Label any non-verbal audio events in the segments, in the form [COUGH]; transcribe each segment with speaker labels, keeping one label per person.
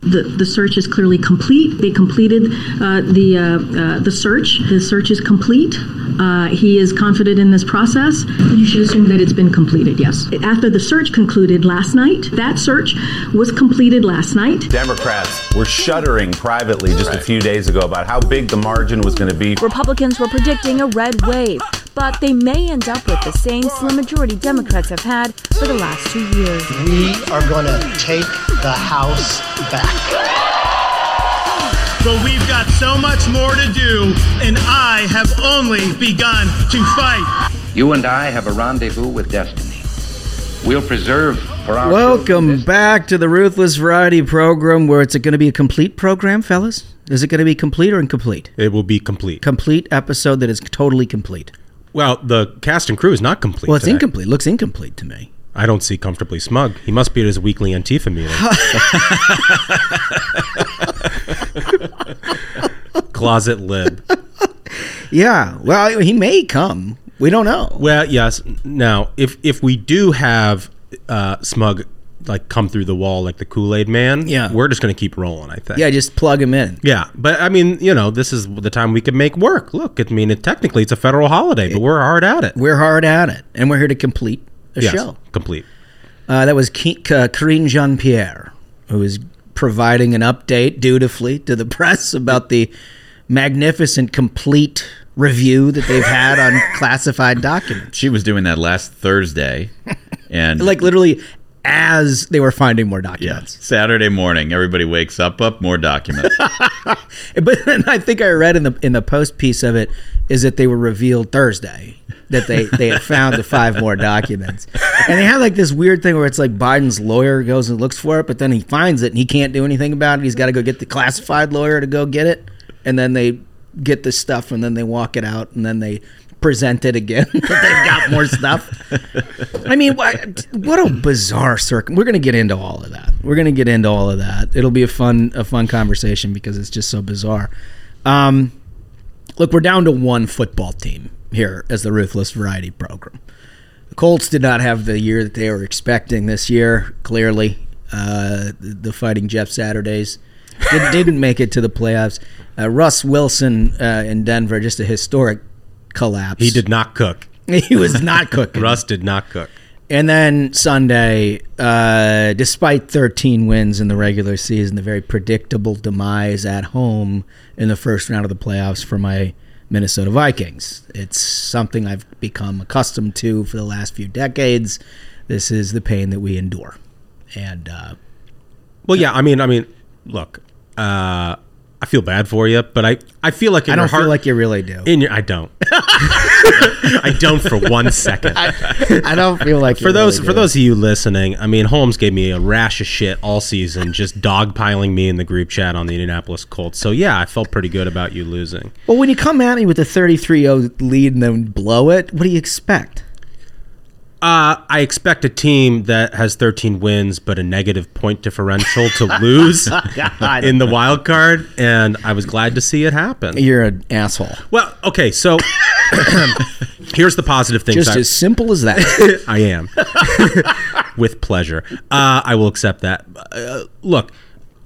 Speaker 1: the, the search is clearly complete. They completed uh, the uh, uh, the search. The search is complete. Uh, he is confident in this process. You should assume that it's been completed. Yes. After the search concluded last night, that search was completed last night.
Speaker 2: Democrats were shuddering privately just a few days ago about how big the margin was going to be.
Speaker 3: Republicans were predicting a red wave, but they may end up with the same slim majority Democrats have had for the last two years.
Speaker 4: We are going to take the House back.
Speaker 5: But we've got so much more to do, and I have only begun to fight.
Speaker 6: You and I have a rendezvous with destiny. We'll preserve for our
Speaker 7: Welcome back to the Ruthless Variety Program, where it's going to be a complete program, fellas. Is it going to be complete or incomplete?
Speaker 8: It will be complete.
Speaker 7: Complete episode that is totally complete.
Speaker 8: Well, the cast and crew is not complete.
Speaker 7: Well, it's
Speaker 8: today.
Speaker 7: incomplete. Looks incomplete to me.
Speaker 8: I don't see comfortably smug. He must be at his weekly Antifa
Speaker 7: [LAUGHS]
Speaker 8: meeting. Closet lib.
Speaker 7: Yeah. Well, he may come. We don't know.
Speaker 8: Well, yes. Now, if if we do have uh, smug like come through the wall like the Kool Aid Man,
Speaker 7: Yeah.
Speaker 8: we're just gonna keep rolling. I think.
Speaker 7: Yeah, just plug him in.
Speaker 8: Yeah, but I mean, you know, this is the time we can make work. Look, I mean, it, technically it's a federal holiday, but we're hard at it.
Speaker 7: We're hard at it, and we're here to complete a
Speaker 8: Yes,
Speaker 7: show.
Speaker 8: complete.
Speaker 7: Uh, that was Ke- uh, Karine Jean Pierre, who is providing an update dutifully to the [LAUGHS] press about the magnificent complete review that they've had
Speaker 8: [LAUGHS]
Speaker 7: on classified documents.
Speaker 9: She was doing that last Thursday, and
Speaker 7: Like literally, as they were finding more
Speaker 9: yeah,
Speaker 7: documents.
Speaker 9: Saturday morning, everybody wakes up, up more documents.
Speaker 7: But then I think I read in the in the post piece of it is that they were revealed Thursday that they they had found the five more documents, and they had like this weird thing where it's like Biden's lawyer goes and looks for it, but then he finds it and he can't do anything about it. He's got to go get the classified lawyer to go get it, and then they get the stuff and then they walk it out and then they present it again [LAUGHS] that they've got more stuff. I mean, what, what a bizarre circum. We're going to get into all of that. We're going to get into all of that. It'll be a fun, a fun conversation because it's just so bizarre. Um, look, we're down to one football team here as the Ruthless Variety Program. The Colts did not have the year that they were expecting this year. Clearly, uh, the, the Fighting Jeff Saturdays
Speaker 8: [LAUGHS]
Speaker 7: did, didn't make it to the playoffs. Uh, Russ Wilson uh, in Denver, just a historic collapse.
Speaker 8: He did not cook.
Speaker 7: [LAUGHS] He was not cooking.
Speaker 8: Russ did not cook.
Speaker 7: And then Sunday, uh, despite 13 wins in the regular season, the very predictable demise at home in the first round of the playoffs for my Minnesota Vikings. It's something I've become accustomed to for the last few decades. This is the pain that we endure. And uh,
Speaker 8: Well, yeah, I mean, I mean, look, uh, I feel bad for you, but I, I feel like in
Speaker 7: I
Speaker 8: your
Speaker 7: don't
Speaker 8: heart,
Speaker 7: feel like you really do.
Speaker 8: in your, I don't, [LAUGHS] I don't for one
Speaker 7: [LAUGHS]
Speaker 8: second.
Speaker 7: I don't feel
Speaker 8: [LAUGHS]
Speaker 7: like
Speaker 8: for those, for those of you listening, I mean, Holmes gave me a rash of shit all season, just dogpiling me in the group chat on the Indianapolis Colts. So yeah, I felt pretty good about you losing.
Speaker 7: Well, when you come at me with a 33 0 lead and then blow it, what do you
Speaker 8: [LAUGHS]
Speaker 7: expect?
Speaker 8: Uh, I expect a team that has 13 wins but a negative point differential to
Speaker 7: [LAUGHS]
Speaker 8: lose [LAUGHS] in the wild card, and I was glad to see it happen.
Speaker 7: You're an asshole.
Speaker 8: Well, okay, so [COUGHS] here's the positive things.
Speaker 7: Just
Speaker 8: I-
Speaker 7: as simple as that.
Speaker 8: [LAUGHS] I am. With pleasure. Uh, I will accept that. Uh, look,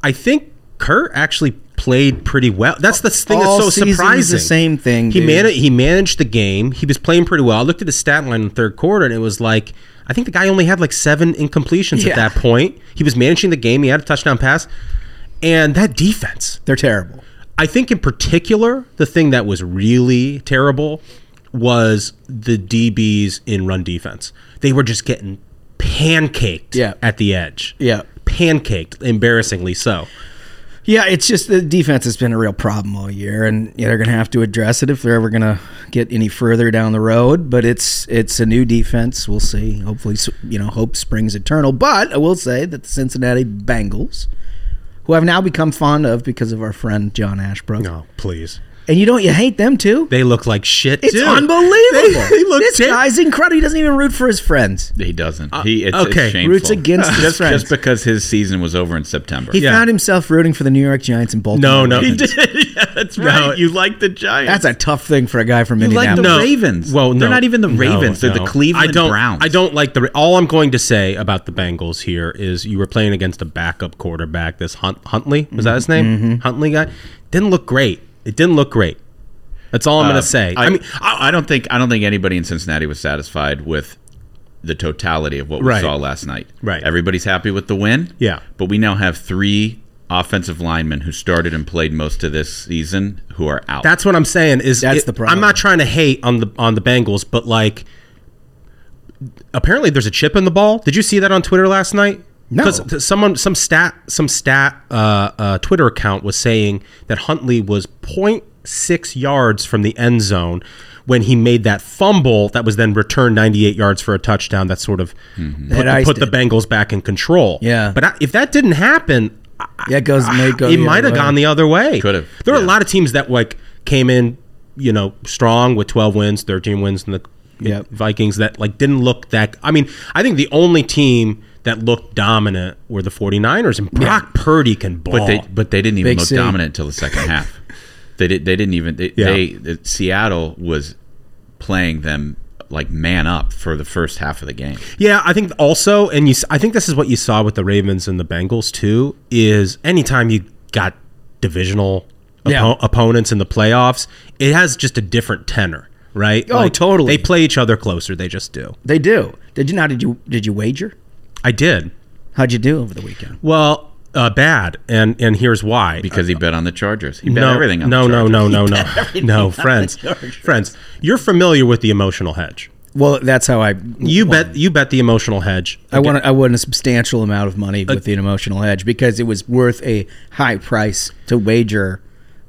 Speaker 8: I think Kurt actually played pretty well. That's the thing
Speaker 7: All
Speaker 8: that's so
Speaker 7: season is the
Speaker 8: surprising.
Speaker 7: same thing,
Speaker 8: He
Speaker 7: dude.
Speaker 8: managed he managed the game. He was playing pretty well. I looked at his stat line in the third quarter and it was like I think the guy only had like seven incompletions
Speaker 7: Yeah.
Speaker 8: at that point. He was managing the game. He had a touchdown pass. And that defense.
Speaker 7: They're terrible.
Speaker 8: I think in particular, the thing that was really terrible was the DBs in run defense. They were just getting pancaked
Speaker 7: Yeah.
Speaker 8: at the edge.
Speaker 7: Yeah.
Speaker 8: Pancaked, embarrassingly so.
Speaker 7: Yeah, it's just the defense has been a real problem all year, and you know, they're going to have to address it if they're ever going to get any further down the road. But it's it's a new defense. We'll see. Hopefully, s- you know, hope springs eternal. But I will say that the Cincinnati Bengals, who I've now become fond of because of our friend John Ashbrook,
Speaker 8: No, Oh, please.
Speaker 7: and you don't you hate them too?
Speaker 8: They look like shit.
Speaker 7: It's
Speaker 8: too.
Speaker 7: unbelievable.
Speaker 8: [LAUGHS] They, they look
Speaker 7: this
Speaker 8: ter-
Speaker 7: guy's incredible. He doesn't even root for his friends.
Speaker 9: he doesn't. He it's,
Speaker 8: okay.
Speaker 9: it's shameful.
Speaker 7: Roots against his
Speaker 9: just,
Speaker 7: friends.
Speaker 9: just because his season was over in September.
Speaker 7: He
Speaker 8: Yeah.
Speaker 7: found himself rooting for the New York Giants in Baltimore.
Speaker 8: No, no.
Speaker 9: He did. yeah, that's right.
Speaker 8: No.
Speaker 9: you like the Giants.
Speaker 7: That's a tough thing for a guy from
Speaker 9: you like the
Speaker 7: Indianapolis.
Speaker 8: No.
Speaker 9: Ravens.
Speaker 8: Well, no,
Speaker 9: they're not even the
Speaker 8: No,
Speaker 9: Ravens. they're
Speaker 8: no.
Speaker 9: the Cleveland
Speaker 8: I don't,
Speaker 9: Browns.
Speaker 8: I don't like the. All I'm going to say about the Bengals here is you were playing against a backup quarterback. This Hunt, Huntley was that his
Speaker 9: Mm-hmm.
Speaker 8: name? Huntley guy didn't look great. It didn't look great. That's all I'm going to say. I, mean,
Speaker 9: Uh, I, I don't think I don't think anybody in Cincinnati was satisfied with the totality of what we
Speaker 8: Right.
Speaker 9: saw last night.
Speaker 8: Right.
Speaker 9: Everybody's happy with the win.
Speaker 8: Yeah.
Speaker 9: But we now have three offensive linemen who started and played most of this season who are out.
Speaker 8: That's what I'm saying. Is
Speaker 7: That's
Speaker 8: it-
Speaker 7: the problem.
Speaker 8: I'm not trying to hate on the on the Bengals, but like, apparently there's a chip in the ball. Did you see that on Twitter last night?
Speaker 7: No.
Speaker 8: th- someone, some stat, some stat, uh, uh, Twitter account was saying that Huntley was 0.6 yards from the end zone when he made that fumble that was then returned 98 yards for a touchdown. That sort of put,
Speaker 7: Mm-hmm. That iced
Speaker 8: put the
Speaker 7: it.
Speaker 8: Bengals back in control.
Speaker 7: Yeah.
Speaker 8: but I, if that didn't happen, I,
Speaker 7: Yeah, it goes. may go the
Speaker 8: it might
Speaker 7: other
Speaker 8: have
Speaker 7: way.
Speaker 8: gone the other way.
Speaker 9: Could have,
Speaker 8: There were a
Speaker 9: yeah.
Speaker 8: lot of teams that like came in, you know, strong with 12 wins, 13 wins in the
Speaker 7: Yep.
Speaker 8: Vikings that like didn't look that I mean, I think the only team that looked dominant were the 49ers and Brock Purdy can ball.
Speaker 9: but they but they didn't even
Speaker 7: Big
Speaker 9: look
Speaker 7: city.
Speaker 9: dominant until the
Speaker 8: [LAUGHS]
Speaker 9: second half. They did they didn't even they,
Speaker 8: Yeah.
Speaker 9: they that Seattle was playing them like man up for the first half of the game.
Speaker 8: Yeah, I think also, and you, s- I think this is what you saw with the Ravens and the Bengals too. Is anytime you got divisional oppo-
Speaker 7: Yeah.
Speaker 8: opponents in the playoffs, it has just a different tenor, right?
Speaker 7: Oh, totally.
Speaker 8: They play each other closer. They just do.
Speaker 7: They do. Did you not? Did you? Did you wager?
Speaker 8: I did.
Speaker 7: How'd you do over the weekend?
Speaker 8: Well, uh, bad, and and here's why.
Speaker 9: Because he bet on the Chargers. He bet
Speaker 8: Uh, no,
Speaker 9: everything on
Speaker 8: no,
Speaker 9: the
Speaker 8: no,
Speaker 9: Chargers.
Speaker 8: no,
Speaker 9: [LAUGHS]
Speaker 8: no, no, no, friends, friends. You're familiar with the emotional hedge.
Speaker 7: Well, that's how I.
Speaker 8: You bet. You bet the emotional hedge.
Speaker 7: I won. I won a substantial amount of money with the emotional edge because it was worth a high price to wager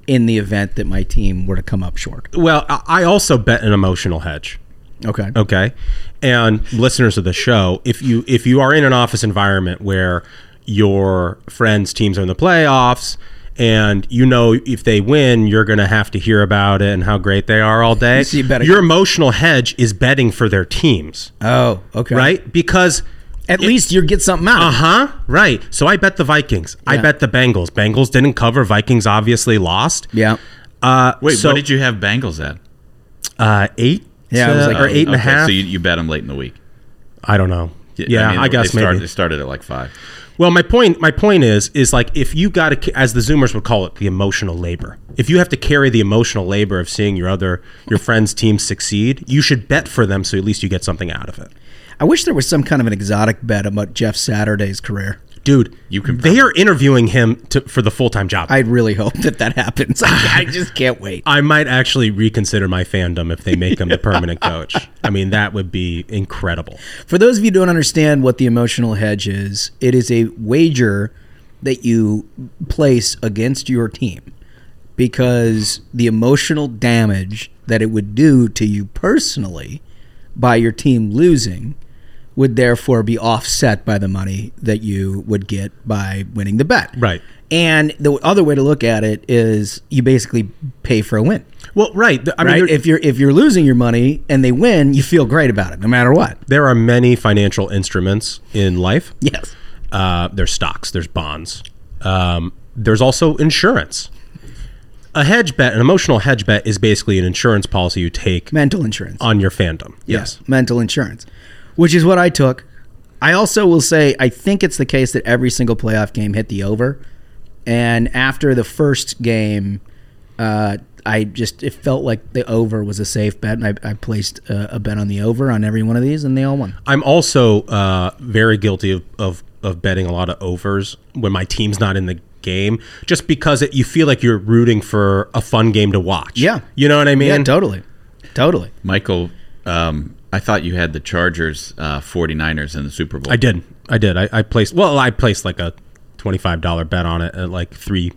Speaker 7: in the event that my team were to come up short.
Speaker 8: Well, I I also bet an emotional hedge.
Speaker 7: Okay.
Speaker 8: Okay. And listeners of the show, if you if you are in an office environment where your friends' teams are in the playoffs and you know if they win, you're going to have to hear about it and how great they are all day.
Speaker 7: So you better-
Speaker 8: your emotional hedge is betting for their teams,
Speaker 7: Oh, okay.
Speaker 8: right? Because
Speaker 7: At least you get something out.
Speaker 8: uh
Speaker 7: of it.
Speaker 8: huh. Right. So I bet the Vikings. I
Speaker 7: Yeah.
Speaker 8: bet the Bengals. Bengals didn't cover. Vikings obviously lost.
Speaker 7: Yeah.
Speaker 8: Uh,
Speaker 9: Wait,
Speaker 8: so,
Speaker 9: what did you have Bengals at?
Speaker 8: Uh, eight.
Speaker 7: Yeah, it was
Speaker 8: to-
Speaker 7: like
Speaker 8: or eight and a half.
Speaker 9: So you, you bet them late in the week.
Speaker 8: I don't know. Yeah, I,
Speaker 9: mean,
Speaker 8: guess
Speaker 9: they
Speaker 8: maybe
Speaker 9: started, they started at like five.
Speaker 8: Well, my point my point is is like if you got to as the Zoomers would call it the emotional labor. If you have to carry the emotional labor of seeing your other your friends' team succeed, you should bet for them so at least you get something out of it.
Speaker 7: I wish there was some kind of an exotic bet about Jeff Saturday's career.
Speaker 8: Dude,
Speaker 9: You can
Speaker 8: they are interviewing him to, for the full time job.
Speaker 7: I
Speaker 8: I,
Speaker 7: really hope that that happens. [LAUGHS] I just can't wait.
Speaker 8: might actually reconsider my fandom if they make him [LAUGHS] the permanent coach. I mean, that would be incredible.
Speaker 7: For those of you who don't understand what the emotional hedge is, it is a wager that you place against your team because the emotional damage that it would do to you personally by your team losing would therefore be offset by the money that you would get by winning the bet.
Speaker 8: Right.
Speaker 7: And the other way to look at it is you basically pay for a win.
Speaker 8: Well, right. th- I mean,
Speaker 7: Right?
Speaker 8: there-
Speaker 7: if you're if you're losing your money and they win, you feel great about it no matter what.
Speaker 8: there are many financial instruments in life.
Speaker 7: Yes.
Speaker 8: Uh, there's stocks, there's bonds, um, there's also insurance. A hedge bet, an emotional hedge bet, is basically an insurance policy you take
Speaker 7: Mental insurance.
Speaker 8: on your fandom. Yes.
Speaker 7: mental insurance, which is what I took. I also will say I think it's the case that every single playoff game hit the over, and after the first game, uh, I just it felt like the over was a safe bet, and I, I placed a, a bet on the over on every one of these, and they all won.
Speaker 8: I'm also uh, very guilty of, of, of betting a lot of overs when my team's not in the game, just because it, you feel like you're rooting for a fun game to watch.
Speaker 7: Yeah.
Speaker 8: You know what I mean?
Speaker 7: Yeah, totally, totally.
Speaker 9: Michael, um, I thought you had the Chargers uh, 49ers in the Super Bowl.
Speaker 8: I did. I did. I, I placed. Well, I placed like a twenty-five dollar bet on it at like three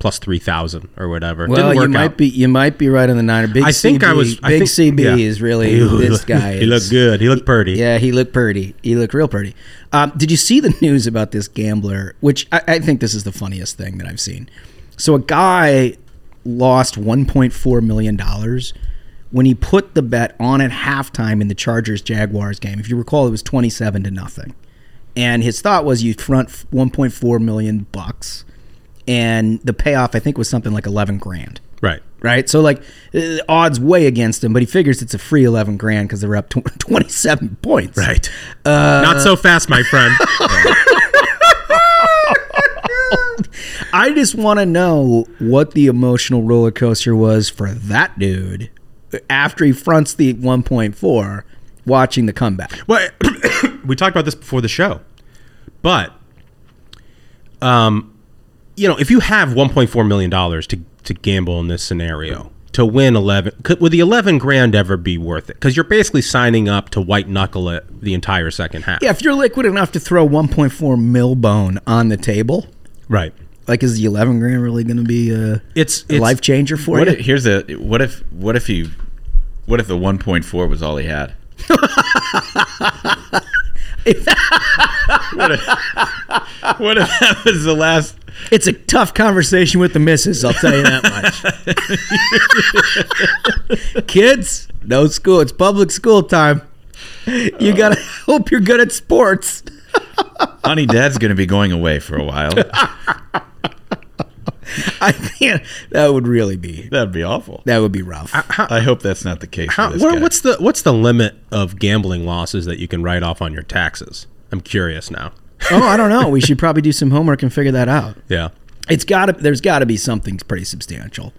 Speaker 8: plus three thousand or whatever.
Speaker 7: Well,
Speaker 8: Didn't
Speaker 7: you
Speaker 8: work
Speaker 7: might
Speaker 8: out.
Speaker 7: be you might be right on the niner. Big
Speaker 8: I think
Speaker 7: CB,
Speaker 8: I was. I
Speaker 7: Big
Speaker 8: think,
Speaker 7: CB
Speaker 8: yeah.
Speaker 7: is really
Speaker 8: [LAUGHS] He
Speaker 7: this
Speaker 8: looked-
Speaker 7: guy.
Speaker 8: He looked
Speaker 7: is-
Speaker 8: good. He looked pretty.
Speaker 7: Yeah, he looked pretty. He looked real pretty. Um, did you see the [LAUGHS] news about this gambler? Which I, I think this is the funniest thing that I've seen. So a guy lost 1.4 million dollars when he put the bet on at halftime in the Chargers Jaguars game. If you recall, it was 27 to nothing, and his thought was you front 1.4 million bucks and the payoff I think was something like eleven grand.
Speaker 8: Right.
Speaker 7: Right. So like uh, odds way against him, but he figures it's a free eleven grand because they're up tw- [LAUGHS] twenty seven points.
Speaker 8: Right.
Speaker 7: Uh,
Speaker 8: Not so fast, my
Speaker 7: [LAUGHS]
Speaker 8: friend.
Speaker 7: I just want to know what the emotional roller coaster was for that dude uh, after he fronts the 1.4 watching the comeback.
Speaker 8: Well, [COUGHS] we talked about this before the show, but um, you know, if you have 1.4 million dollars to to gamble in this scenario to win 11, could, would the 11 grand ever be worth it? Because you're basically signing up to white knuckle it the entire second half.
Speaker 7: Yeah, if you're liquid enough to throw 1.4 mil bone on the table,
Speaker 8: right.
Speaker 7: like is the 11 grand really going to be a,
Speaker 8: It's,
Speaker 7: a
Speaker 8: it's
Speaker 7: life changer for
Speaker 9: What
Speaker 7: you?
Speaker 9: if,
Speaker 7: [LAUGHS]
Speaker 9: here's a what if what if he what if the 1.4 was all he had? what, if, [LAUGHS] what if that was the last?
Speaker 7: it's a tough conversation with the missus, I'll tell you that much.
Speaker 9: [LAUGHS]
Speaker 7: Kids, no school. It's public school time. You got to [LAUGHS] hope you're good at sports.
Speaker 9: Honey, Dad's going to be going away for a
Speaker 8: [LAUGHS]
Speaker 9: while.
Speaker 7: I can't. That would really be.
Speaker 9: That'd be awful.
Speaker 7: That would be rough.
Speaker 9: I hope that's not the case.
Speaker 8: how,
Speaker 9: for this
Speaker 8: what,
Speaker 9: guy.
Speaker 8: what's the what's the limit of gambling losses that you can write off on your taxes? I'm curious now.
Speaker 7: oh, I don't know. We should probably do some homework and figure that out.
Speaker 8: Yeah.
Speaker 7: It's got to. There's got to be something pretty substantial.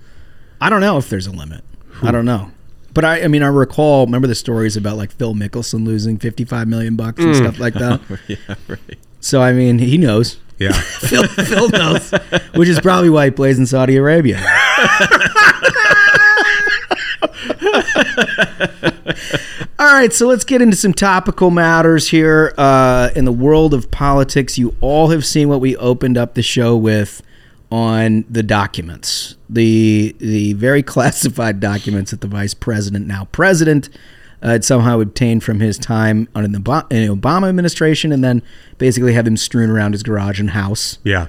Speaker 7: I don't know if there's a limit. I don't know. But I, I mean, I recall. Remember the stories about like Phil Mickelson losing 55 million bucks and stuff like that.
Speaker 9: Mm. [LAUGHS] yeah, right.
Speaker 7: So I mean, he knows. [LAUGHS]
Speaker 8: Yeah.
Speaker 7: Phil, Phil knows, which is probably why he plays in Saudi Arabia. All right, so let's get into some topical matters here uh, in the world of politics. You all have seen what we opened up the show with on the documents, the the very [LAUGHS] classified documents that the vice president, now president, uh, had somehow obtained from his time under the Obama, in the Obama administration, and then basically have him strewn around his garage and house.
Speaker 8: Yeah.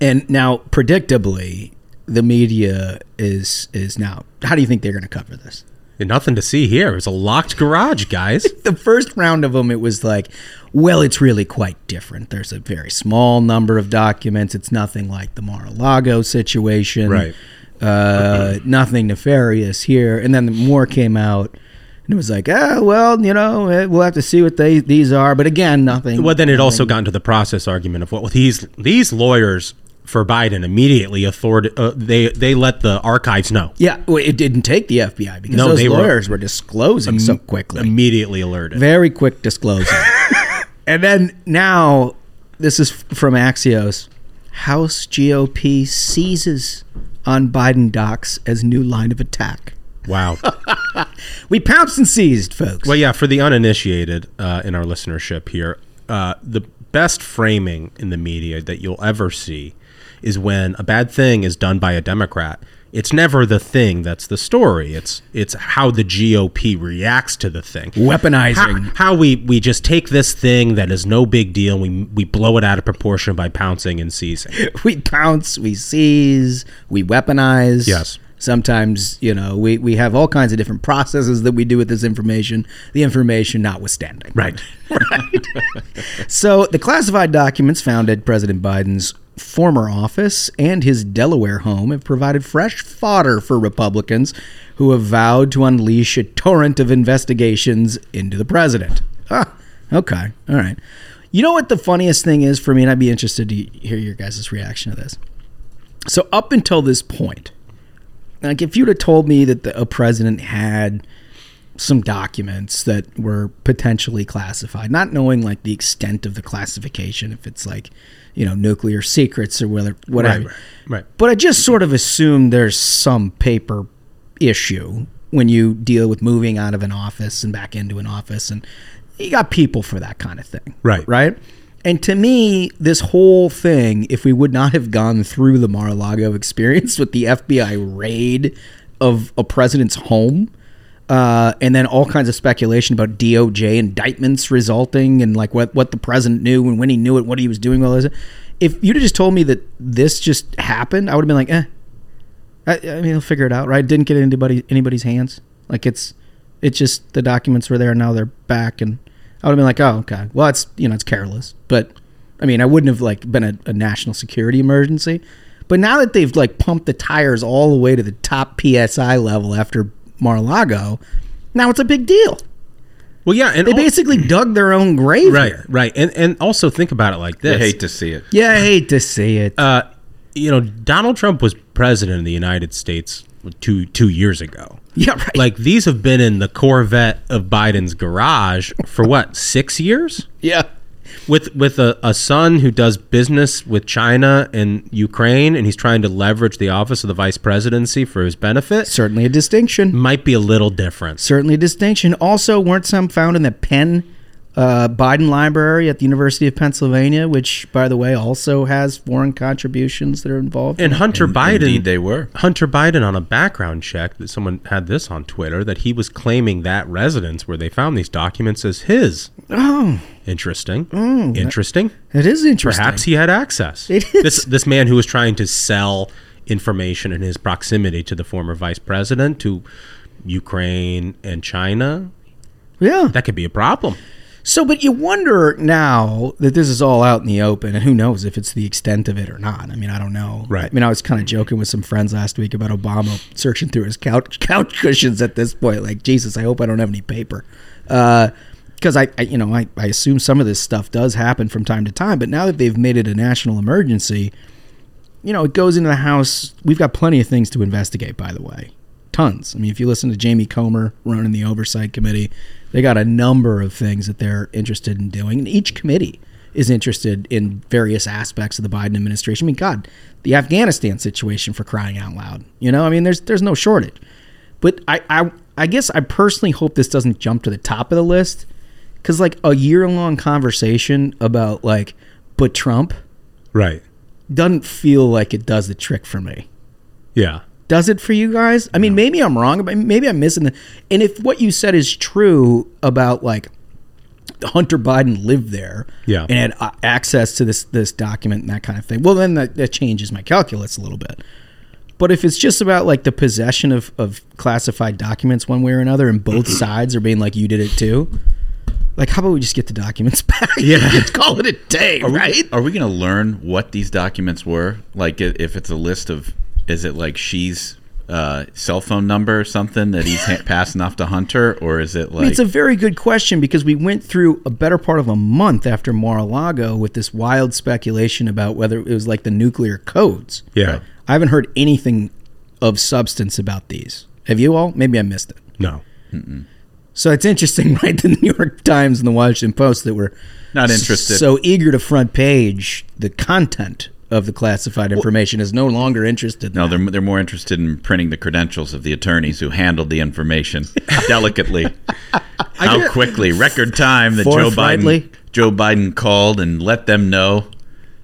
Speaker 7: And now, predictably, the media is is now. How do you think they're going to cover this?
Speaker 8: And nothing to see here. It's a locked garage, guys.
Speaker 7: the first round of them, it was like, well, it's really quite different. There's a very small number of documents. It's nothing like the Mar-a-Lago situation.
Speaker 8: Right.
Speaker 7: Uh, nothing nefarious here. And then more came out, and it was like, oh, well, you know, eh, we'll have to see what they these are. But again, nothing.
Speaker 8: Well, then it also got into the process argument of what well, these these lawyers for Biden immediately authority uh, they they let the archives know
Speaker 7: yeah, well, it didn't take the FBI because
Speaker 8: No,
Speaker 7: those
Speaker 8: they were-
Speaker 7: lawyers were, disclosing so quickly.
Speaker 8: immediately alerted.
Speaker 7: Very quick disclosure. and then now, this is f- from Axios House GOP seizes on Biden docs as new line of attack.
Speaker 8: wow.
Speaker 7: We pounced and seized, folks.
Speaker 8: well, yeah. For the uninitiated uh, in our listenership here, uh, the best framing in the media that you'll ever see is when a bad thing is done by a Democrat. It's never the thing that's the story. It's it's how the GOP reacts to the thing. how,
Speaker 7: Weaponizing.
Speaker 8: how we we just take this thing that is no big deal we we blow it out of proportion by pouncing and seizing
Speaker 7: we pounce, we seize, we weaponize.
Speaker 8: Yes.
Speaker 7: Sometimes, you know, we, we have all kinds of different processes that we do with this information, the information notwithstanding.
Speaker 8: right
Speaker 7: So the classified documents found at President Biden's former office and his Delaware home have provided fresh fodder for Republicans who have vowed to unleash a torrent of investigations into the president. Huh. Okay. All right. You know what the funniest thing is for me, and I'd be interested to hear your guys' reaction to this. So up until this point, like if you'd have told me that the, a president had some documents that were potentially classified, not knowing like the extent of the classification, if it's like, you know, nuclear secrets or whether whatever.
Speaker 8: right, right.
Speaker 7: But I just sort of assume there's some paper issue when you deal with moving out of an office and back into an office, and you got people for that kind of thing,
Speaker 8: Right.
Speaker 7: Right. And to me, this whole thing, if we would not have gone through the Mar a Lago experience with the FBI raid of a president's home, uh, and then all kinds of speculation about DOJ indictments resulting and like what, what the president knew and when he knew it, what he was doing, all this. If you'd have just told me that this just happened, I would have been like, eh. I, I mean, he'll figure it out, right? Didn't get anybody anybody's hands. Like it's, it's just the documents were there now they're back, and I would have been like, oh, okay. Well, it's you know it's careless, but I mean, I wouldn't have like been a, a national security emergency, but now that they've like pumped the tires all the way to the top psi level after Mar-a-Lago, now it's a big deal.
Speaker 8: Well, yeah, and
Speaker 7: They
Speaker 8: al-
Speaker 7: basically dug their own grave.
Speaker 8: Oh. right,
Speaker 7: here.
Speaker 8: right, and and also think about it like
Speaker 9: I
Speaker 8: this.
Speaker 9: hate to see it.
Speaker 7: Yeah, I hate to see it.
Speaker 8: uh, you know, Donald Trump was president of the United States two two years ago.
Speaker 7: [LAUGHS] Yeah, right.
Speaker 8: Like these have been in the Corvette of Biden's garage for what six years
Speaker 7: yeah.
Speaker 8: with with a, a son who does business with China and Ukraine, and he's trying to leverage the office of the vice presidency for his benefit.
Speaker 7: Certainly a distinction.
Speaker 8: Might be a little different.
Speaker 7: certainly a distinction. Also, weren't some found in the Penn uh, Biden Library at the University of Pennsylvania, which, by the way, also has foreign contributions that are involved.
Speaker 8: And Hunter Biden,
Speaker 9: Indeed, they were.
Speaker 8: Hunter Biden on a background check that someone had this on Twitter that he was claiming that residence where they found these documents as his.
Speaker 7: oh,
Speaker 8: Interesting. Interesting.
Speaker 7: it is interesting.
Speaker 8: Perhaps he had access.
Speaker 7: It is.
Speaker 8: This this man who was trying to sell information in his proximity to the former vice president to Ukraine and China.
Speaker 7: yeah.
Speaker 8: That could be a problem.
Speaker 7: So, but you wonder now that this is all out in the open, and who knows if it's the extent of it or not. I mean, I don't know.
Speaker 8: Right.
Speaker 7: I mean, I was kind of joking with some friends last week about Obama searching through his couch [LAUGHS] couch cushions at this point. Like, Jesus, I hope I don't have any paper, because I, I, you know, I, I assume some of this stuff does happen from time to time. But now that they've made it a national emergency, you know, it goes into the House. We've got plenty of things to investigate, by the way. Tons. I mean, if you listen to Jamie Comer running the Oversight Committee, they got a number of things that they're interested in doing. And each committee is interested in various aspects of the Biden administration. I mean, God, the Afghanistan situation for crying out loud. You know, I mean, there's there's no shortage. But I I, I guess I personally hope this doesn't jump to the top of the list. Cause like a year long conversation about like, but Trump
Speaker 8: Right.
Speaker 7: doesn't feel like it does the trick for me.
Speaker 8: Yeah.
Speaker 7: Does it for you guys? I mean, maybe I'm wrong, but maybe I'm missing the. And if what you said is true about like Hunter Biden lived there,
Speaker 8: Yeah.
Speaker 7: and had uh, access to this this document and that kind of thing, well, then that, that changes my calculus a little bit. But if it's just about like the possession of, of classified documents one way or another, and
Speaker 8: [CLEARS THROAT]
Speaker 7: both sides are being like, "You did it too," like how about we just get the documents [LAUGHS] back?
Speaker 8: Yeah.
Speaker 7: just call it a day,
Speaker 9: Are we-
Speaker 7: right?
Speaker 9: Are we going to learn what these documents were? Like, i- if it's a list of, is it like she's uh, cell phone number or something that he's
Speaker 7: [LAUGHS]
Speaker 9: ha- passing off to Hunter, or is it
Speaker 7: I mean,
Speaker 9: like
Speaker 7: it's a very good question because we went through a better part of a month after Mar-a-Lago with this wild speculation about whether it was like the nuclear codes.
Speaker 8: Yeah.
Speaker 7: I haven't heard anything of substance about these. Have you all? Maybe I missed it.
Speaker 8: No.
Speaker 7: So it's interesting, [LAUGHS] right? The New York Times and the Washington Post that were
Speaker 9: Not interested.
Speaker 7: So eager to front page the content of the classified information is no longer interested.
Speaker 9: no? They're they're more interested in printing the credentials of the attorneys who handled the
Speaker 7: [LAUGHS]
Speaker 9: information delicately. How quickly, record time that Joe
Speaker 7: Forthrightly.
Speaker 9: Biden Joe Biden called and let them know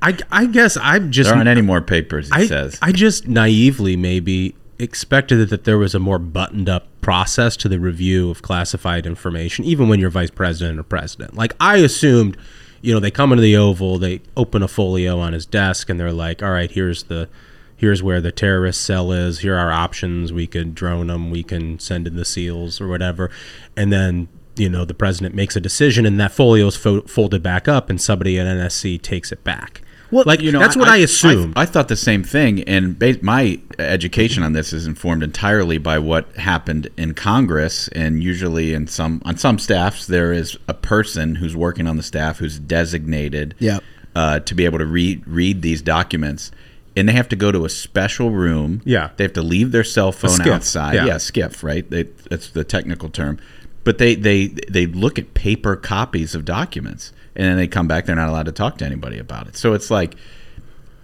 Speaker 8: I, I guess I'm just
Speaker 9: there aren't any more papers. He
Speaker 8: I,
Speaker 9: says.
Speaker 8: I just naively maybe expected that there was a more buttoned up process to the review of classified information, even when you're vice president or president. Like I assumed, you know, they come into the Oval, they open a folio on his desk, and they're like, "All right, here's the." Here's where the terrorist cell is. Here are our options. We could drone them. We can send in the SEALs or whatever. And then, you know, the president makes a decision and that folio is fo- folded back up and somebody at NSC takes it back. Well, like, you know, that's what I, assumed.
Speaker 9: I, thought the same thing, and ba- my education on this is informed entirely by what happened in Congress. And usually, in some on some staffs, there is a person who's working on the staff who's designated
Speaker 7: Yep.
Speaker 9: uh, to be able to read read these documents. And they have to go to a special room.
Speaker 8: Yeah.
Speaker 9: they have to leave their cell phone
Speaker 8: skiff,
Speaker 9: outside.
Speaker 8: yeah.
Speaker 9: Yeah, skiff, right? They, that's the technical term. But they, they they look at paper copies of documents, and then they come back. They're not allowed to talk to anybody about it. So it's like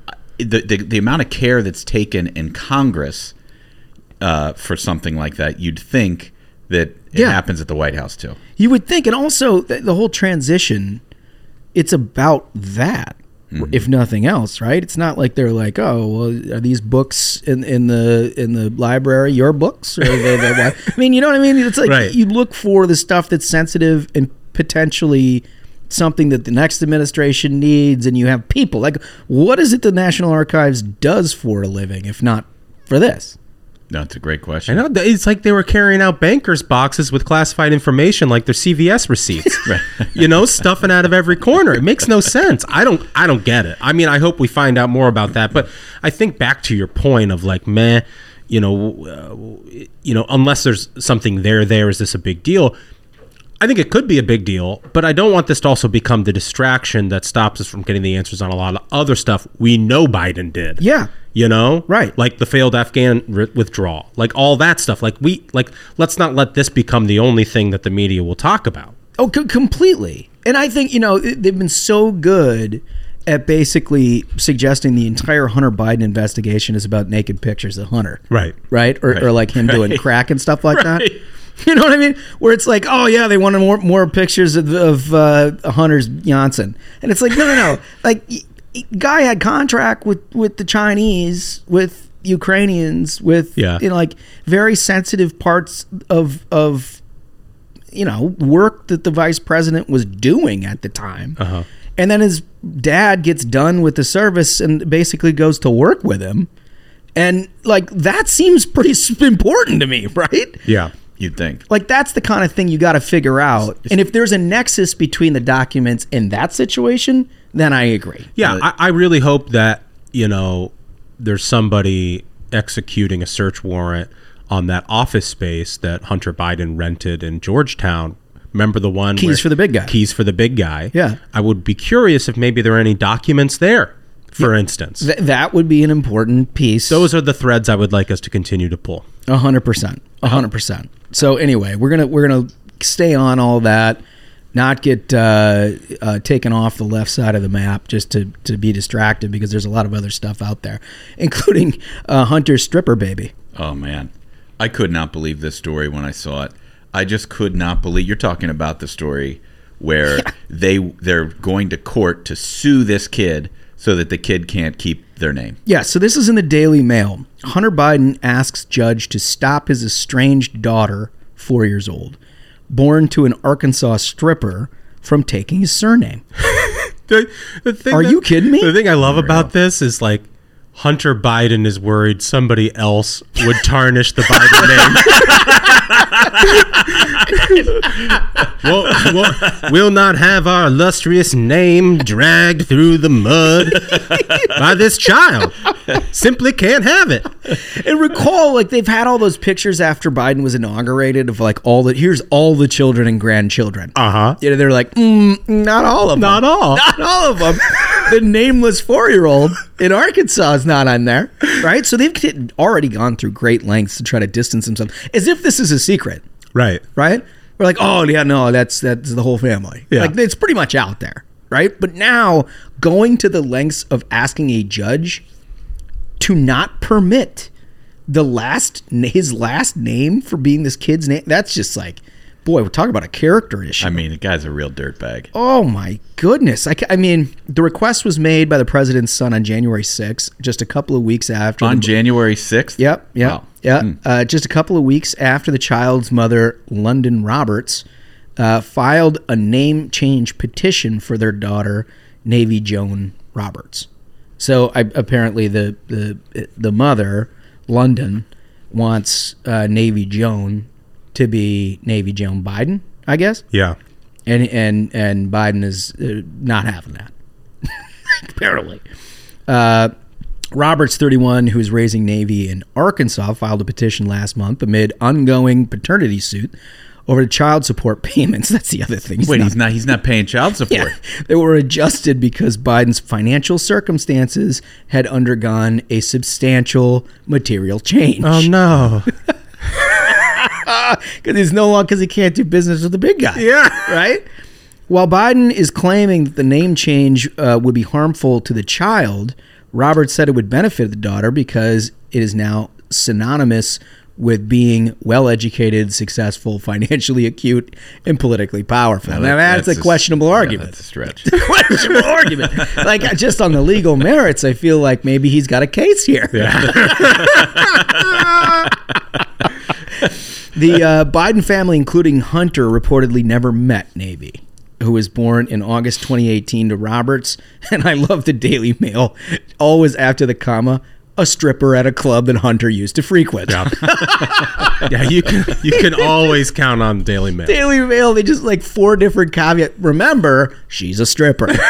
Speaker 9: uh, the, the, the amount of care that's taken in Congress uh, for something like that, you'd think that it
Speaker 7: Yeah.
Speaker 9: happens at the White House too.
Speaker 7: You would think, and also th- the whole transition, it's about that, if nothing else, right? It's not like they're like, oh, well, are these books in, in the in the library your books? Or are they, they're like- I mean, you know what I mean? It's like
Speaker 8: Right.
Speaker 7: you look for the stuff that's sensitive and potentially something that the next administration needs, and you have people like, what is it the National Archives does for a living, if not for this?
Speaker 9: No, it's a great
Speaker 8: I
Speaker 9: question.
Speaker 8: know. th- It's like they were carrying out bankers' boxes with classified information, like their CVS receipts. You know, stuffing out of every corner. It makes no sense. I don't. I don't get it. I mean, I hope we find out more about that. But I think back to your point of like, meh. You know, uh, you know, unless there's something there, there is this a big deal? I think it could be a big deal, but I don't want this to also become the distraction that stops us from getting the answers on a lot of other stuff we know Biden did.
Speaker 7: Yeah.
Speaker 8: You know?
Speaker 7: Right.
Speaker 8: Like the failed Afghan ri withdrawal, like all that stuff. Like we like let's not let this become the only thing that the media will talk about.
Speaker 7: Oh, c- completely. And I think you know it- they've been so good at basically suggesting the entire Hunter Biden investigation is about naked pictures of Hunter,
Speaker 8: Right.
Speaker 7: Right, or, or like him doing crack and stuff [LAUGHS] like that. You know what I mean? Where it's like, oh yeah, they wanted more more pictures of, of uh, Hunter's Johnson, and it's like, no, no, no. Like, y- y- guy had contract with with the Chinese, with Ukrainians, with
Speaker 8: Yeah.
Speaker 7: you know, like very sensitive parts of of you know work that the vice president was doing at the time and then his dad gets done with the service and basically goes to work with him and like that seems pretty s- important to me [LAUGHS] right
Speaker 8: Yeah.
Speaker 9: You'd think.
Speaker 7: like that's the kind of thing you got to figure out and if there's a nexus between the documents in that situation then i agree
Speaker 8: Yeah. I, I really hope that, you know, there's somebody executing a search warrant on that office space that Hunter Biden rented in Georgetown. Remember the one
Speaker 7: Keys
Speaker 8: where-
Speaker 7: for the big guy.
Speaker 8: Keys for the big guy.
Speaker 7: Yeah.
Speaker 8: I would be curious if maybe there are any documents there, for instance.
Speaker 7: Th- that would be an important piece
Speaker 8: Those are the threads I would like us to continue to pull.
Speaker 7: A hundred percent. A hundred percent. So anyway, we're gonna we're gonna stay on all that, not get uh, uh, taken off the left side of the map just to to be distracted because there's a lot of other stuff out there, including uh, Hunter's stripper baby.
Speaker 9: Oh man, I could not believe this story when I saw it. I just could not believe you're talking about the story where they they're going to court to sue this kid so that the kid can't keep their name.
Speaker 7: Yeah. So this is in the Daily Mail. Hunter Biden asks judge to stop his estranged daughter, four years old, born to an Arkansas stripper, from taking his surname.
Speaker 8: The, the thing
Speaker 7: Are you kidding me?
Speaker 8: The thing I love about this is like Hunter Biden is worried somebody else would tarnish
Speaker 7: [LAUGHS]
Speaker 8: the Biden name. we'll, we'll- we'll not have our illustrious name dragged through the mud by this child. Simply can't have it.
Speaker 7: and recall like they've had all those pictures after Biden was inaugurated of like all the here's all the children and grandchildren. Uh
Speaker 8: Uh-huh.
Speaker 7: huh. You know they're like mm, not all of them.
Speaker 8: Not all.
Speaker 7: Not all of them. the nameless four year old in Arkansas is not on there, right? So they've t- already gone through great lengths to try to distance themselves, as if this is a secret,
Speaker 8: Right.
Speaker 7: right? We're like, oh yeah, no, that's that's the whole family.
Speaker 8: Yeah.
Speaker 7: Like it's pretty much out there, right? But now going to the lengths of asking a judge to not permit the last his last name for being this kid's name. That's just like, boy, we're talking about a character issue.
Speaker 9: I mean, the guy's a real dirtbag.
Speaker 7: Oh my goodness! I, ca- I mean, the request was made by the president's son on January 6th, just a couple of weeks after.
Speaker 9: On
Speaker 7: the-
Speaker 9: January sixth.
Speaker 7: Yep, yep,
Speaker 9: Wow. Hmm.
Speaker 7: yep. Uh, just a couple of weeks after the child's mother, London Roberts, uh, filed a name change petition for their daughter, Navy Joan Roberts. So I, apparently, the the the mother, London, wants uh, Navy Joan to be Navy Joan Biden, I guess
Speaker 8: Yeah.
Speaker 7: and and and Biden is uh, not having that. [LAUGHS] Apparently, uh, Roberts, 31, who is raising Navy in Arkansas, filed a petition last month amid ongoing paternity suit over the child support [LAUGHS] payments. That's the other thing.
Speaker 9: Wait, he's not he's not paying child
Speaker 7: [LAUGHS]
Speaker 9: support.
Speaker 7: They were adjusted because Biden's financial circumstances had undergone a substantial material change.
Speaker 8: Oh
Speaker 7: [LAUGHS]
Speaker 8: no.
Speaker 7: because he's no longer because he can't do business with the big guy. Yeah, right. While Biden is claiming that the name change uh, would be harmful to the child, Roberts said it would benefit the daughter because it is now synonymous with being well-educated, successful, [LAUGHS] financially acute, and politically powerful. Now, that's, a
Speaker 9: s-
Speaker 7: questionable
Speaker 9: yeah,
Speaker 7: argument
Speaker 9: That's a
Speaker 7: [LAUGHS]
Speaker 9: stretch.
Speaker 7: questionable argument. Like just on the legal merits, I feel like maybe he's got a case here. [LAUGHS] the uh, Biden family, including Hunter, reportedly never met Navy. Who was born in August [LAUGHS] 2018 to Roberts, and I love the Daily Mail. Always after the comma, a stripper at a club that Hunter used to frequent.
Speaker 8: yeah, you can you can always count on Daily Mail.
Speaker 7: Daily Mail, they just like four different caveat. Remember, she's a stripper. [LAUGHS]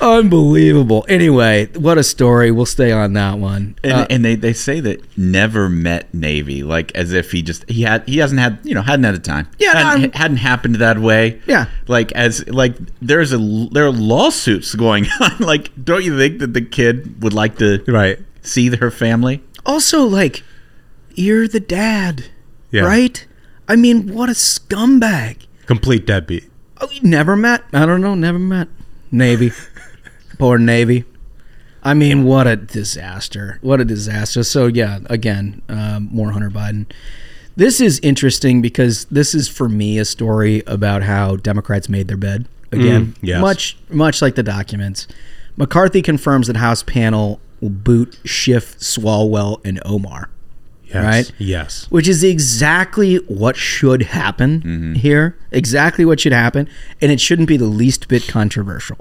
Speaker 7: Unbelievable. Anyway, what a story. We'll stay on that one.
Speaker 9: And, and they, they say that never met Navy, like as if he just he had he hasn't had you know hadn't had a time.
Speaker 7: Yeah, no, I'm-
Speaker 9: hadn't, hadn't happened that way.
Speaker 7: Yeah.
Speaker 9: like as like there's a l- there are lawsuits going [LAUGHS] on. Like, don't you think that the kid would like to
Speaker 8: Right.
Speaker 9: see her family?
Speaker 7: Also, like, you're the dad,
Speaker 8: Yeah.
Speaker 7: right? I mean, what a scumbag.
Speaker 8: Complete deadbeat.
Speaker 7: Oh, you never met? I don't know. Never met. Navy. Poor Navy. I mean, what a disaster. What a disaster. So, yeah, again, um, more Hunter Biden. This is interesting because this is, for me, a story about how Democrats made their bed again.
Speaker 8: yes.
Speaker 7: Much, much like the documents. McCarthy confirms that House panel will boot Schiff, Swalwell, and Omar
Speaker 8: Yes.
Speaker 7: Right?
Speaker 8: Yes.
Speaker 7: which is exactly what should happen
Speaker 8: Mm-hmm.
Speaker 7: here. Exactly what should happen, and it shouldn't be the least bit controversial,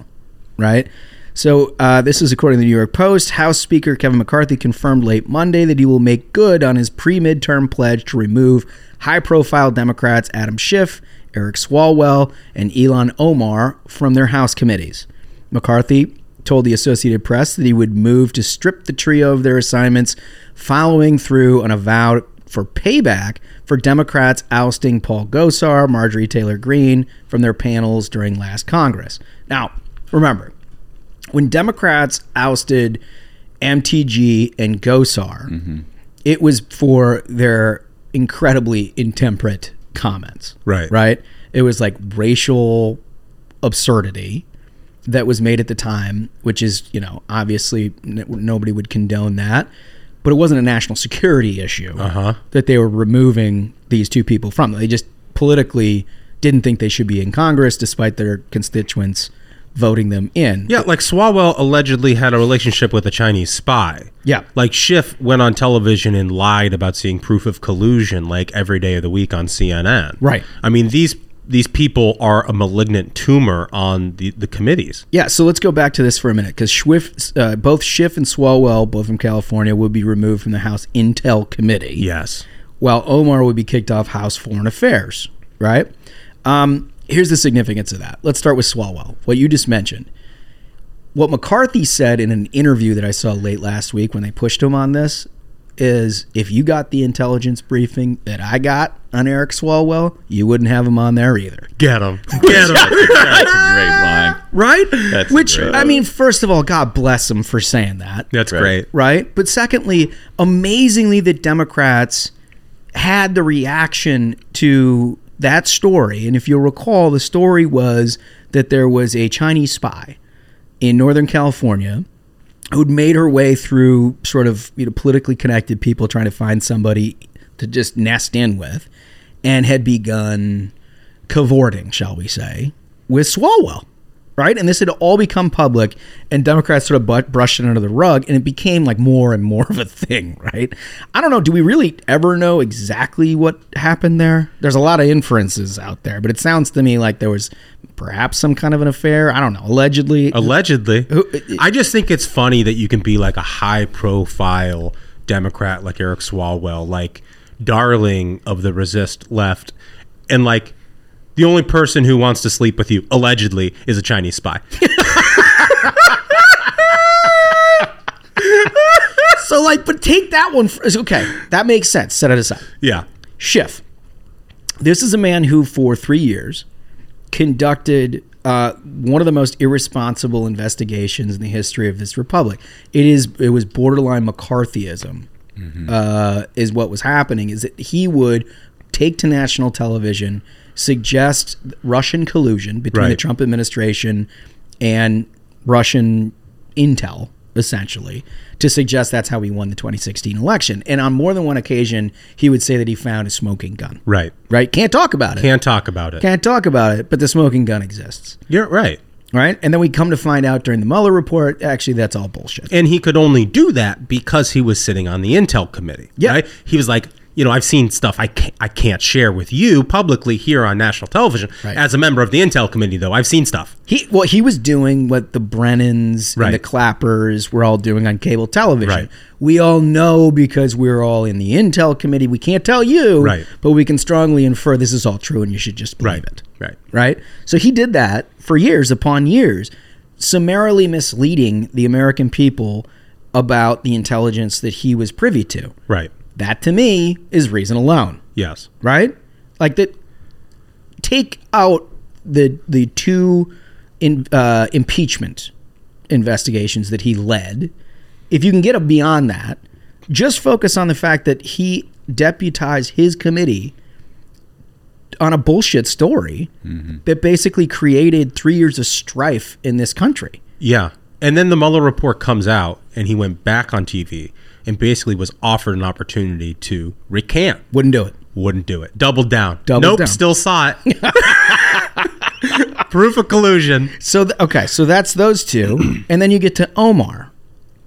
Speaker 7: right? So uh, this is according to the New York Post. House Speaker Kevin McCarthy confirmed late Monday that he will make good on his pre-midterm pledge to remove high-profile Democrats Adam Schiff, Eric Swalwell, and Elon Omar from their House committees. McCarthy told the Associated Press that he would move to strip the trio of their assignments, following through on a vow for payback for Democrats ousting Paul Gosar, Marjorie Taylor Greene from their panels during last Congress. Now, remember, when Democrats ousted MTG and Gosar, it was for their incredibly intemperate comments.
Speaker 8: Right.
Speaker 7: Right. It was like racial absurdity that was made at the time, which is, you know, obviously n- nobody would condone that. But it wasn't a national security issue that they were removing these two people from. They just politically didn't think they should be in Congress despite their constituents voting them in.
Speaker 8: Yeah, like Swalwell allegedly had a relationship with a Chinese spy.
Speaker 7: Yeah.
Speaker 8: Like Schiff went on television and lied about seeing proof of collusion like every day of the week on CNN.
Speaker 7: Right.
Speaker 8: I mean, these these people are a malignant tumor on the, the committees.
Speaker 7: Yeah, so let's go back to this for a minute because Swift, uh, both Schiff and Swalwell, both from California, would be removed from the House Intel Committee.
Speaker 8: Yes.
Speaker 7: While Omar would be kicked off House Foreign Affairs, right? Um, here's the significance of that. Let's start with Swalwell, what you just mentioned. What McCarthy said in an interview that I saw late last week when they pushed him on this is if you got the intelligence briefing that I got on Eric Swalwell, you wouldn't have him on there either.
Speaker 8: Get them. [LAUGHS] Get them.
Speaker 9: That's a great line.
Speaker 7: Right?
Speaker 9: That's
Speaker 7: Which,
Speaker 9: great.
Speaker 7: I mean, first of all, God bless him for saying that.
Speaker 8: That's
Speaker 9: Right.
Speaker 8: great.
Speaker 7: right? But secondly, amazingly, the Democrats had the reaction to that story. And if you'll recall, the story was that there was a Chinese spy in Northern California who'd made her way through sort of you know politically connected people trying to find somebody to just nest in with and had begun cavorting, shall we say, with Swalwell. Right, and this had all become public, and Democrats sort of but brushed it under the rug, and it became like more and more of a thing. [LAUGHS] Right, I don't know. Do we really ever know exactly what happened there? There's a lot of inferences out there, but it sounds to me like there was perhaps some kind of an affair. I don't know. Allegedly,
Speaker 8: Allegedly.
Speaker 7: uh,
Speaker 8: I just think it's funny that you can be like a high profile Democrat like Eric Swalwell, like darling of the resist left, and like the only person who wants to sleep with you, allegedly, is a
Speaker 7: [LAUGHS]
Speaker 8: Chinese spy.
Speaker 7: So like, but take that one. For, okay, that makes sense. Set it aside.
Speaker 8: yeah.
Speaker 7: Schiff. This is a man who, for three years, conducted uh, one of the most irresponsible investigations in the history of this republic. It is. It was borderline McCarthyism. Uh, is what was happening. Is that he would take to national television, suggest Russian collusion between the
Speaker 8: Right.
Speaker 7: Trump administration and Russian intel, essentially, to suggest that's how he won the 2016 election. And on more than one occasion, he would say that he found a smoking gun.
Speaker 8: Right.
Speaker 7: Right? Can't talk about it.
Speaker 8: Can't talk about it.
Speaker 7: Can't talk about it, but the smoking gun exists.
Speaker 8: You're right.
Speaker 7: Right? And then we come to find out during the Mueller report, actually, that's all bullshit.
Speaker 8: And he could only do that because he was sitting on the Intel committee.
Speaker 7: Yeah.
Speaker 8: Right? He was like, you know, I've seen stuff I can't, I can't share with you publicly here on national television.
Speaker 7: Right.
Speaker 8: As a member of the Intel Committee, though, I've seen stuff.
Speaker 7: He well, he was doing what the Brennans
Speaker 8: Right.
Speaker 7: and the Clappers were all doing on cable television.
Speaker 8: Right.
Speaker 7: We all know because we're all in the Intel committee. We can't tell you,
Speaker 8: Right.
Speaker 7: But we can strongly infer this is all true, and you should just believe it,
Speaker 8: Right.
Speaker 7: right? So he did that for years upon years, summarily misleading the American people about the intelligence that he was privy to.
Speaker 8: Right.
Speaker 7: That to me is reason alone
Speaker 8: Yes.
Speaker 7: right? Like that. Take out the the two in, uh, impeachment investigations that he led. If you can get up beyond that, just focus on the fact that he deputized his committee on a bullshit story that basically created three years of strife in this country.
Speaker 8: Yeah. And then the Mueller report comes out, and he went back on TV and basically was offered an opportunity to recant.
Speaker 7: Wouldn't do it.
Speaker 8: Wouldn't do it. Doubled down.
Speaker 7: Doubled
Speaker 8: nope.
Speaker 7: down.
Speaker 8: Still saw
Speaker 7: [LAUGHS]
Speaker 8: it. Proof of collusion.
Speaker 7: So th- okay, so that's those two, and then you get to Omar.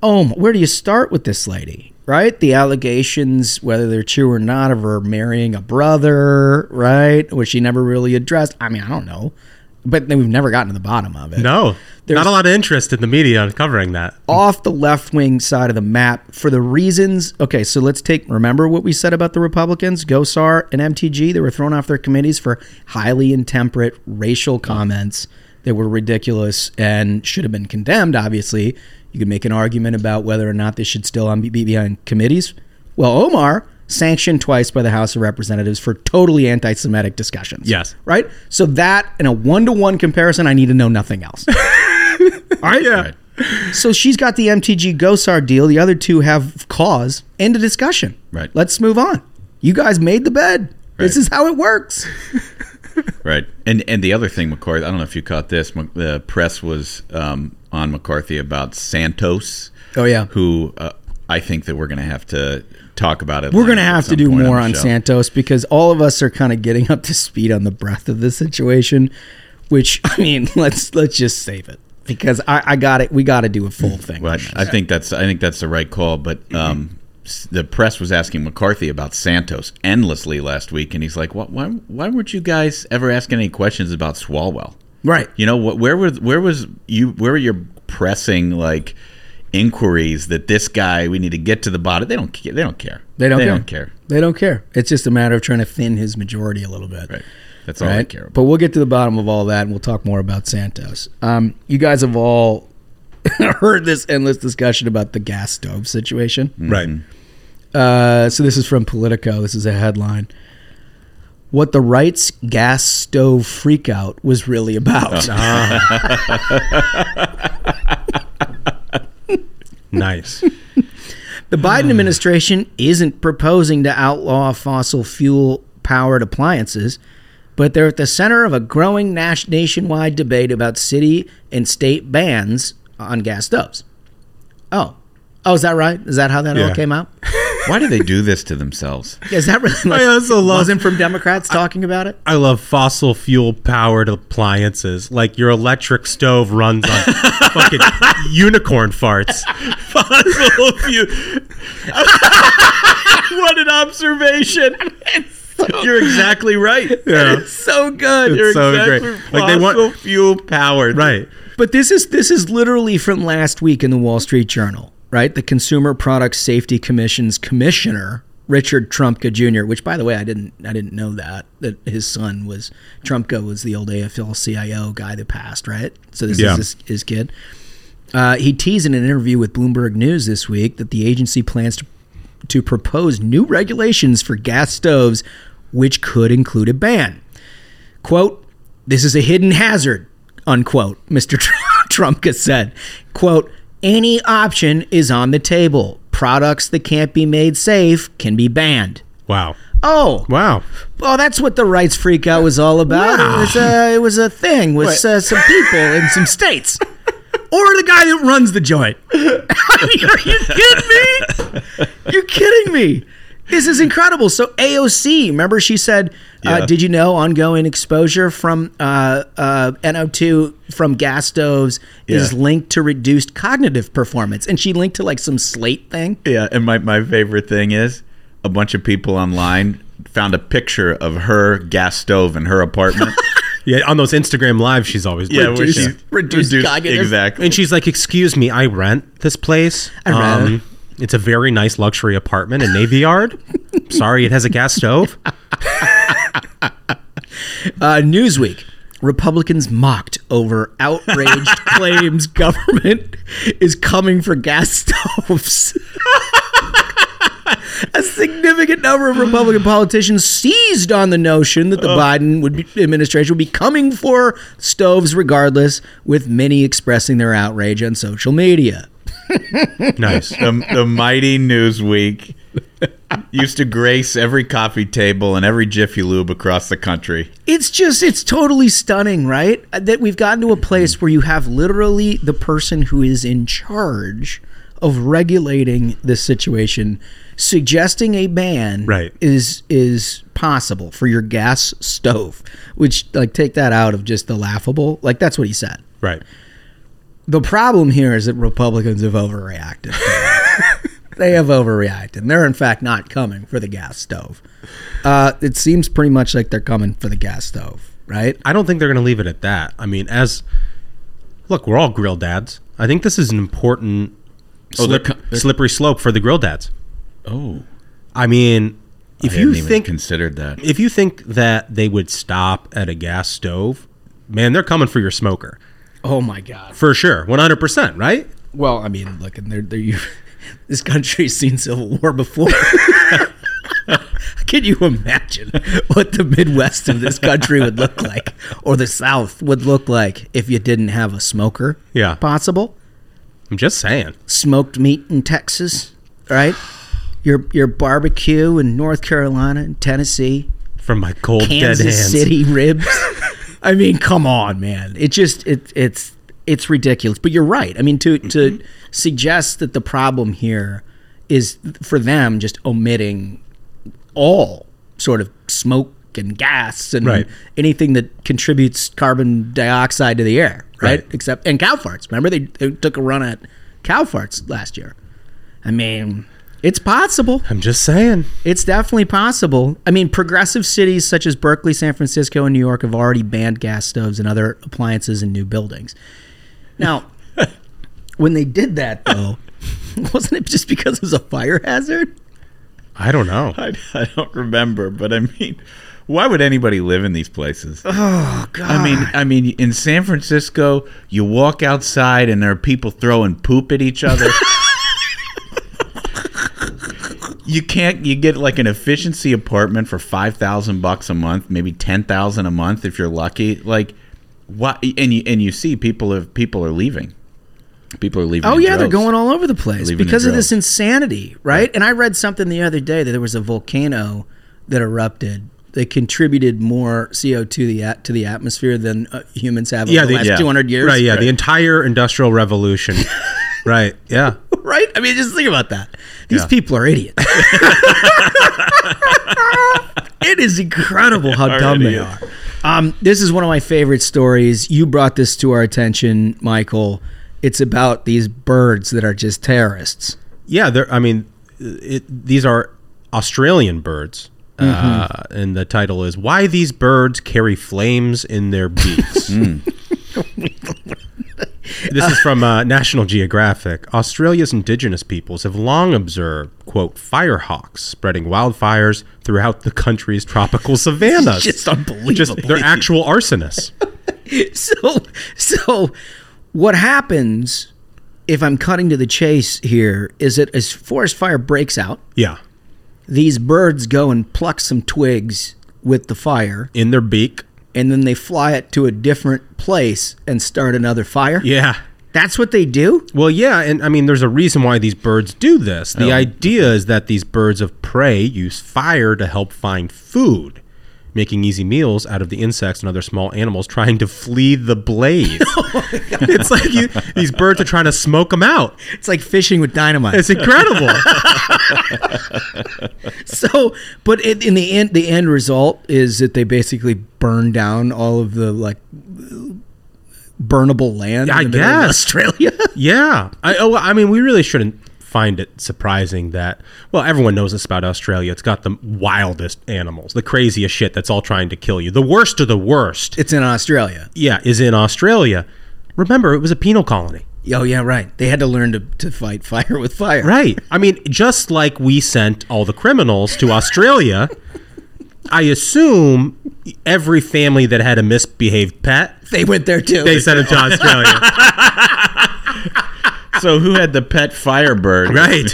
Speaker 7: Omar, where do you start with this lady? Right, the allegations, whether they're true or not, of her marrying a brother, right, which she never really addressed. I mean, I don't know, but then we've never gotten to the bottom of it.
Speaker 8: No,
Speaker 7: There's- Oh,
Speaker 8: not a lot of interest in the media on covering that.
Speaker 7: off the left wing side of the map for the reasons. Okay, so let's take. Remember what we said about the Republicans, Gosar and MTG. They were thrown off their committees for highly intemperate racial comments that were ridiculous and should have been condemned. Obviously, you could make an argument about whether or not they should still on- be behind committees. Well, Omar sanctioned twice by the House of Representatives for totally anti-Semitic discussions.
Speaker 8: Yes.
Speaker 7: right. So that in a one-to-one comparison, I need to know nothing else.
Speaker 8: yeah.
Speaker 7: So she's got the MTG Gosar deal. The other two have cause. End of discussion.
Speaker 9: Right.
Speaker 7: Let's move on. You guys made the bed.
Speaker 9: Right.
Speaker 7: This is how it works.
Speaker 9: Right. And and the other thing, McCarthy, I don't know if you caught this. Mc- The press was um, on McCarthy about Santos.
Speaker 7: Oh, yeah.
Speaker 9: Who uh, I think that we're going to have to talk about it.
Speaker 7: We're going to have to do more on, Santos because all of us are kind of getting up to speed on the breadth of the situation, which [LAUGHS] I mean, let's let's just save it because I, I got it. We got to do a full thing.
Speaker 9: Well, I, I think that's I think that's the right call. But
Speaker 7: Mm-hmm.
Speaker 9: um, s- the press was asking McCarthy about Santos endlessly last week, and he's like, "Why why, why weren't you guys ever asking any questions about Swalwell?"
Speaker 7: Right.
Speaker 9: You know what? Where were where was you? Where were your pressing like inquiries that this guy we need to get to the bottom? They don't ca- they don't care.
Speaker 7: They don't.
Speaker 9: they
Speaker 7: care.
Speaker 9: don't care.
Speaker 7: They don't care. It's just a matter of trying to thin his majority a little bit.
Speaker 9: Right. That's all they
Speaker 7: right?
Speaker 9: care about.
Speaker 7: But we'll get to the bottom of all that, and we'll talk more about Santos. Um, you guys have all [LAUGHS] heard this endless discussion about the gas stove situation.
Speaker 9: Mm-hmm.
Speaker 8: Right.
Speaker 7: Mm-hmm. Uh, so this is from Politico. This is a headline. What the right's gas stove freakout was really
Speaker 9: [LAUGHS]
Speaker 7: about.
Speaker 9: Ah.
Speaker 8: Nice. [LAUGHS]
Speaker 7: The Biden administration isn't proposing to outlaw fossil fuel powered appliances, but they're at the center of a growing nas- nationwide debate about city and state bans on gas stoves. Oh. Oh, is that right? Is that how that all
Speaker 8: Yeah.
Speaker 7: came out?
Speaker 9: Why do they do this to themselves?
Speaker 7: Is that really like,
Speaker 8: I also love-
Speaker 7: wasn't from Democrats talking about it?
Speaker 8: I love fossil fuel powered appliances. Like your electric stove runs on
Speaker 9: [LAUGHS]
Speaker 8: fucking unicorn farts. [LAUGHS]
Speaker 9: Fossil fuel. [LAUGHS] what an
Speaker 8: [LAUGHS]
Speaker 9: observation! You're exactly [LAUGHS] right.
Speaker 8: Yeah.
Speaker 7: So good.
Speaker 9: You're
Speaker 8: so
Speaker 9: exactly
Speaker 8: great. Like, they want-
Speaker 9: fossil fuel powered.
Speaker 8: Right.
Speaker 7: But this is this is literally from last week in the Wall Street Journal, right? The Consumer Product Safety Commission's commissioner Richard Trumpka Jr., which by the way I didn't I didn't know that that his son was Trumpka was the old AFL-CIO guy that passed, right? So this
Speaker 8: Yeah.
Speaker 7: is his, his kid. Uh, he teased in an interview with Bloomberg News this week that the agency plans to to propose new regulations for gas stoves, which could include a ban. Quote, this is a hidden hazard, unquote, Mr. [LAUGHS] Trump Trumpka said. Quote, any option is on the table. Products that can't be made safe can be banned.
Speaker 8: Wow.
Speaker 9: Uh,
Speaker 7: Oh,
Speaker 8: Wow.
Speaker 7: oh, that's what the rights freak out was all about. It, was a, it was a thing with uh, some people in some states. Or the guy that runs the joint. I mean, [LAUGHS] are you kidding me? You're kidding me. This is incredible. So AOC, remember she said, uh,
Speaker 9: Yeah.
Speaker 7: did you know ongoing exposure from uh, uh, NO2 from gas stoves is
Speaker 9: Yeah.
Speaker 7: linked to reduced cognitive performance? And she linked to like some slate thing.
Speaker 9: Yeah, and my, my favorite thing is a bunch of people online found a picture of her gas stove in her
Speaker 8: [LAUGHS]
Speaker 9: apartment.
Speaker 8: Yeah, on those Instagram lives, she's always
Speaker 9: yeah, where
Speaker 8: reduced.
Speaker 9: she
Speaker 7: Reduced
Speaker 9: reduced-
Speaker 7: cognitive-
Speaker 9: exactly.
Speaker 8: and she's like, "Excuse me, I rent this place. I
Speaker 7: rent it."
Speaker 8: It's a very nice luxury apartment in Navy Yard. Sorry, it has a
Speaker 9: [LAUGHS]
Speaker 8: gas stove.
Speaker 7: Uh, Newsweek. Republicans mocked over outraged claims government is coming for gas stoves. A significant number of Republican politicians seized on the notion that the Biden would be, administration would be coming for stoves regardless, with many expressing their outrage on social media.
Speaker 8: Nice.
Speaker 9: the, the mighty Newsweek used to grace every coffee table and every Jiffy Lube across the country.
Speaker 7: It's just, it's totally stunning, right? Uh, That we've gotten to a place where you have literally the person who is in charge of regulating this situation suggesting a ban
Speaker 8: Right.
Speaker 7: is is possible for your gas stove which like take that out of just the laughable like that's what he said
Speaker 8: Right.
Speaker 7: the problem here is that Republicans have overreacted. they have overreacted. And they're, in fact, not coming for the gas stove. Uh, it seems pretty much like they're coming for the gas stove, right?
Speaker 8: I don't think they're going to leave it at that. I mean, as look, we're all grill dads. I think this is an important
Speaker 9: Oh, they're
Speaker 8: slip,
Speaker 9: co- they're-
Speaker 8: slippery slope for the grill dads.
Speaker 9: Oh,
Speaker 8: I mean, if
Speaker 9: I
Speaker 8: you
Speaker 9: hadn't even
Speaker 8: think
Speaker 9: considered that.
Speaker 8: if you think that they would stop at a gas stove, man, they're coming for your smoker
Speaker 7: Oh, my God.
Speaker 8: for sure, one hundred percent, right?
Speaker 7: Well, I mean, look, and they're, they're, you, [LAUGHS] this country's seen Civil War before. [LAUGHS] Can you imagine what the Midwest of this country would look like or the South would look like if you didn't have a smoker?
Speaker 8: Yeah.
Speaker 7: Possible?
Speaker 8: I'm just saying.
Speaker 7: smoked meat in Texas, right? Your your barbecue in North Carolina and Tennessee,
Speaker 8: From my cold dead
Speaker 7: Kansas
Speaker 8: hands.
Speaker 7: City
Speaker 8: [LAUGHS]
Speaker 7: ribs. I mean, come on, man. It just it it's it's ridiculous. But you're right. I mean, to to
Speaker 8: Mm-hmm.
Speaker 7: suggest that the problem here is for them just omitting all sort of smoke and gas and
Speaker 8: Right.
Speaker 7: anything that contributes carbon dioxide to the air, right?
Speaker 8: Right.
Speaker 7: Except and cow farts. Remember they, they took a run at cow farts last year. I mean, it's possible.
Speaker 8: I'm just saying.
Speaker 7: It's definitely possible. I mean, progressive cities such as Berkeley, San Francisco, and New York have already banned gas stoves and other appliances in new buildings. Now, when they did that, though, [LAUGHS] wasn't it just because it was a fire hazard?
Speaker 8: I don't know.
Speaker 9: [LAUGHS] I, I don't remember, but I mean, why would anybody live in these places? Oh God! I mean, I mean, in San Francisco, you walk outside and there are people throwing poop at each
Speaker 7: [LAUGHS]
Speaker 9: other. you can't. You get like an efficiency apartment for five thousand bucks a month, maybe ten thousand a month if you're lucky. Like, why? And you and you see people have people are leaving. People are leaving.
Speaker 7: Oh
Speaker 9: in
Speaker 7: yeah, they're
Speaker 9: droves.
Speaker 7: going all over the place
Speaker 9: Leaving in
Speaker 7: because of this
Speaker 9: droves.
Speaker 7: insanity, right? And I read something the other day that there was a volcano that erupted that contributed more CO to the at- to the atmosphere than uh, humans have over
Speaker 8: Yeah,
Speaker 7: the,
Speaker 8: the-
Speaker 7: last
Speaker 9: yeah.
Speaker 7: 200 years.
Speaker 8: Right, yeah, the entire
Speaker 7: [LAUGHS]
Speaker 8: industrial revolution. right, yeah.
Speaker 7: right? I mean, just think about that. These
Speaker 9: Yeah.
Speaker 7: people are idiots. it is incredible how dumb they are. Um, this is one of my favorite stories. You brought this to our attention, Michael. It's about these birds that are just terrorists. [LAUGHS]
Speaker 8: Yeah, they're, I mean, it, these are Australian birds. Uh,
Speaker 7: Mm-hmm.
Speaker 8: and the title is Why These Birds Carry Flames in
Speaker 7: [LAUGHS]
Speaker 8: Their Beaks.
Speaker 7: Mm.
Speaker 8: [LAUGHS] this is from uh, National Geographic. Australia's indigenous peoples have long observed, quote, firehawks spreading wildfires throughout the
Speaker 7: [LAUGHS]
Speaker 8: country's tropical savannas.
Speaker 7: Just unbelievable.
Speaker 8: they're actual
Speaker 7: [LAUGHS]
Speaker 8: arsonists.
Speaker 7: so so what happens if I'm cutting to the chase here is that as forest fire breaks out,
Speaker 8: Yeah.
Speaker 7: these birds go and pluck some twigs with the fire
Speaker 8: In their beak.
Speaker 7: and then they fly it to a different place and start another fire.
Speaker 8: Yeah.
Speaker 7: That's what they do?
Speaker 8: Well, yeah, and I mean, there's a reason why these birds do this. The
Speaker 7: Oh.
Speaker 8: idea is that these birds of prey use fire to help find food, making easy meals out of the insects and other small animals trying to flee the
Speaker 7: [LAUGHS]
Speaker 8: blaze.
Speaker 7: Oh
Speaker 8: it's like you, these birds are trying to smoke them out.
Speaker 7: It's like fishing with dynamite. [LAUGHS]
Speaker 8: It's incredible.
Speaker 7: so, but in, in the end the end result is that they basically burn down all of the like burnable land in
Speaker 8: I
Speaker 7: the middle of
Speaker 8: guess.
Speaker 7: Australia.
Speaker 8: [LAUGHS] yeah. I, oh, I mean, we really shouldn't find it surprising that well, everyone knows this about Australia. It's got the wildest animals, the craziest shit that's all trying to kill you. The worst of the worst,
Speaker 7: It's in Australia.
Speaker 8: yeah, is in Australia. Remember, it was a penal colony.
Speaker 7: Oh yeah, right. They had to learn to, to fight fire with fire.
Speaker 8: Right. I mean, just like we sent all the criminals to Australia, I assume every family that had a misbehaved pet,
Speaker 7: They went there too.
Speaker 8: they sent it to [LAUGHS] Australia.
Speaker 9: So who had the pet Firebird?
Speaker 8: right.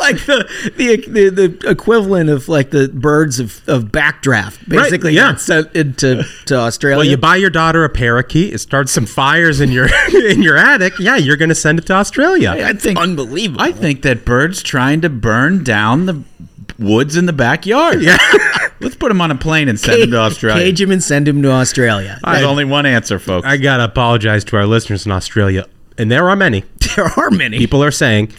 Speaker 7: like the, the the the equivalent of like the birds of, of backdraft basically
Speaker 8: yeah.
Speaker 7: got sent into to Australia.
Speaker 8: Well, you buy your daughter a parakeet, it starts some fires in your [LAUGHS] in your attic. Yeah, you're going to send it to Australia.
Speaker 9: I think
Speaker 7: unbelievable.
Speaker 9: I think that bird's trying to burn down the woods in the backyard. Yeah. [LAUGHS] Let's put him on a plane and send him to Australia.
Speaker 7: [LAUGHS] Cage him and send him to Australia. [LAUGHS]
Speaker 9: There's only one answer, folks.
Speaker 8: I got to apologize to our listeners in Australia, and there are many.
Speaker 7: there are many.
Speaker 8: People are saying,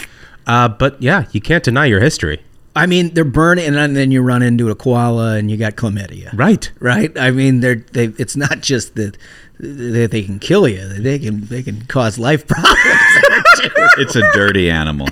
Speaker 8: uh, but yeah, you can't deny your history.
Speaker 7: I mean, they're burning, and then you run into a koala, and you got chlamydia.
Speaker 8: Right.
Speaker 7: Right. I mean, they're they. It's not just that that they can kill you. They can they can cause life [LAUGHS] problems.
Speaker 9: it's a dirty animal.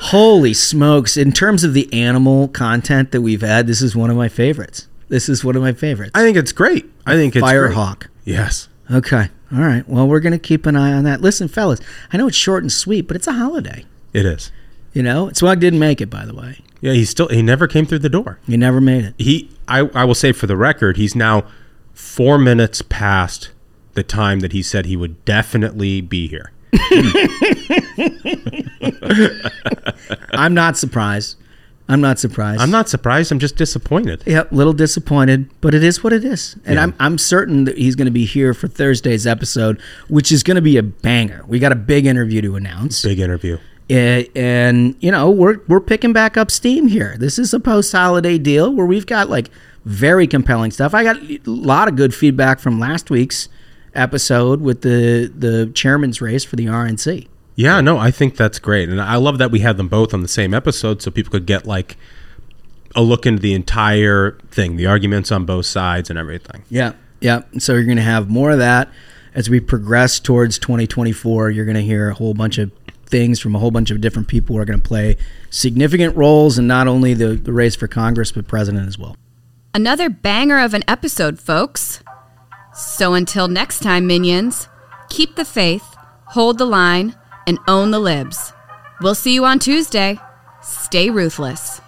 Speaker 7: Holy smokes! In terms of the animal content that we've had, this is one of my favorites. This is one of my favorites.
Speaker 8: I think it's great. I think it's great.
Speaker 7: Firehawk.
Speaker 8: Yes.
Speaker 7: Okay. All right. Well, we're gonna keep an eye on that. Listen, fellas, I know it's short and sweet, but it's a holiday.
Speaker 8: It is.
Speaker 7: You know, Swag didn't make it, by the way.
Speaker 8: Yeah, he still he never came through the door.
Speaker 7: He never made it.
Speaker 8: He I, I will say for the record, he's now four minutes past the time that he said he would definitely be here.
Speaker 7: I'm not surprised. I'm not surprised.
Speaker 8: I'm not surprised, I'm just disappointed.
Speaker 7: Yep, little disappointed, but it is what it is. And I'm, I'm certain that he's going to be here for Thursday's episode, which is going to be a banger. We got a big interview to announce.
Speaker 8: Big interview.
Speaker 7: Uh, and, you know, we're, we're picking back up steam here. This is a post holiday deal where we've got like very compelling stuff. I got a lot of good feedback from last week's episode with the, the chairman's race for the RNC.
Speaker 8: Yeah, no, I think that's great. And I love that we had them both on the same episode so people could get like a look into the entire thing, the arguments on both sides and everything.
Speaker 7: Yeah, yeah. So you're going to have more of that as we progress towards 2024. You're going to hear a whole bunch of things from a whole bunch of different people who are going to play significant roles in not only the, the race for Congress but president as well.
Speaker 10: Another banger of an episode, folks. So until next time, minions, keep the faith, hold the line, and own the libs. We'll see you on Tuesday. Stay ruthless.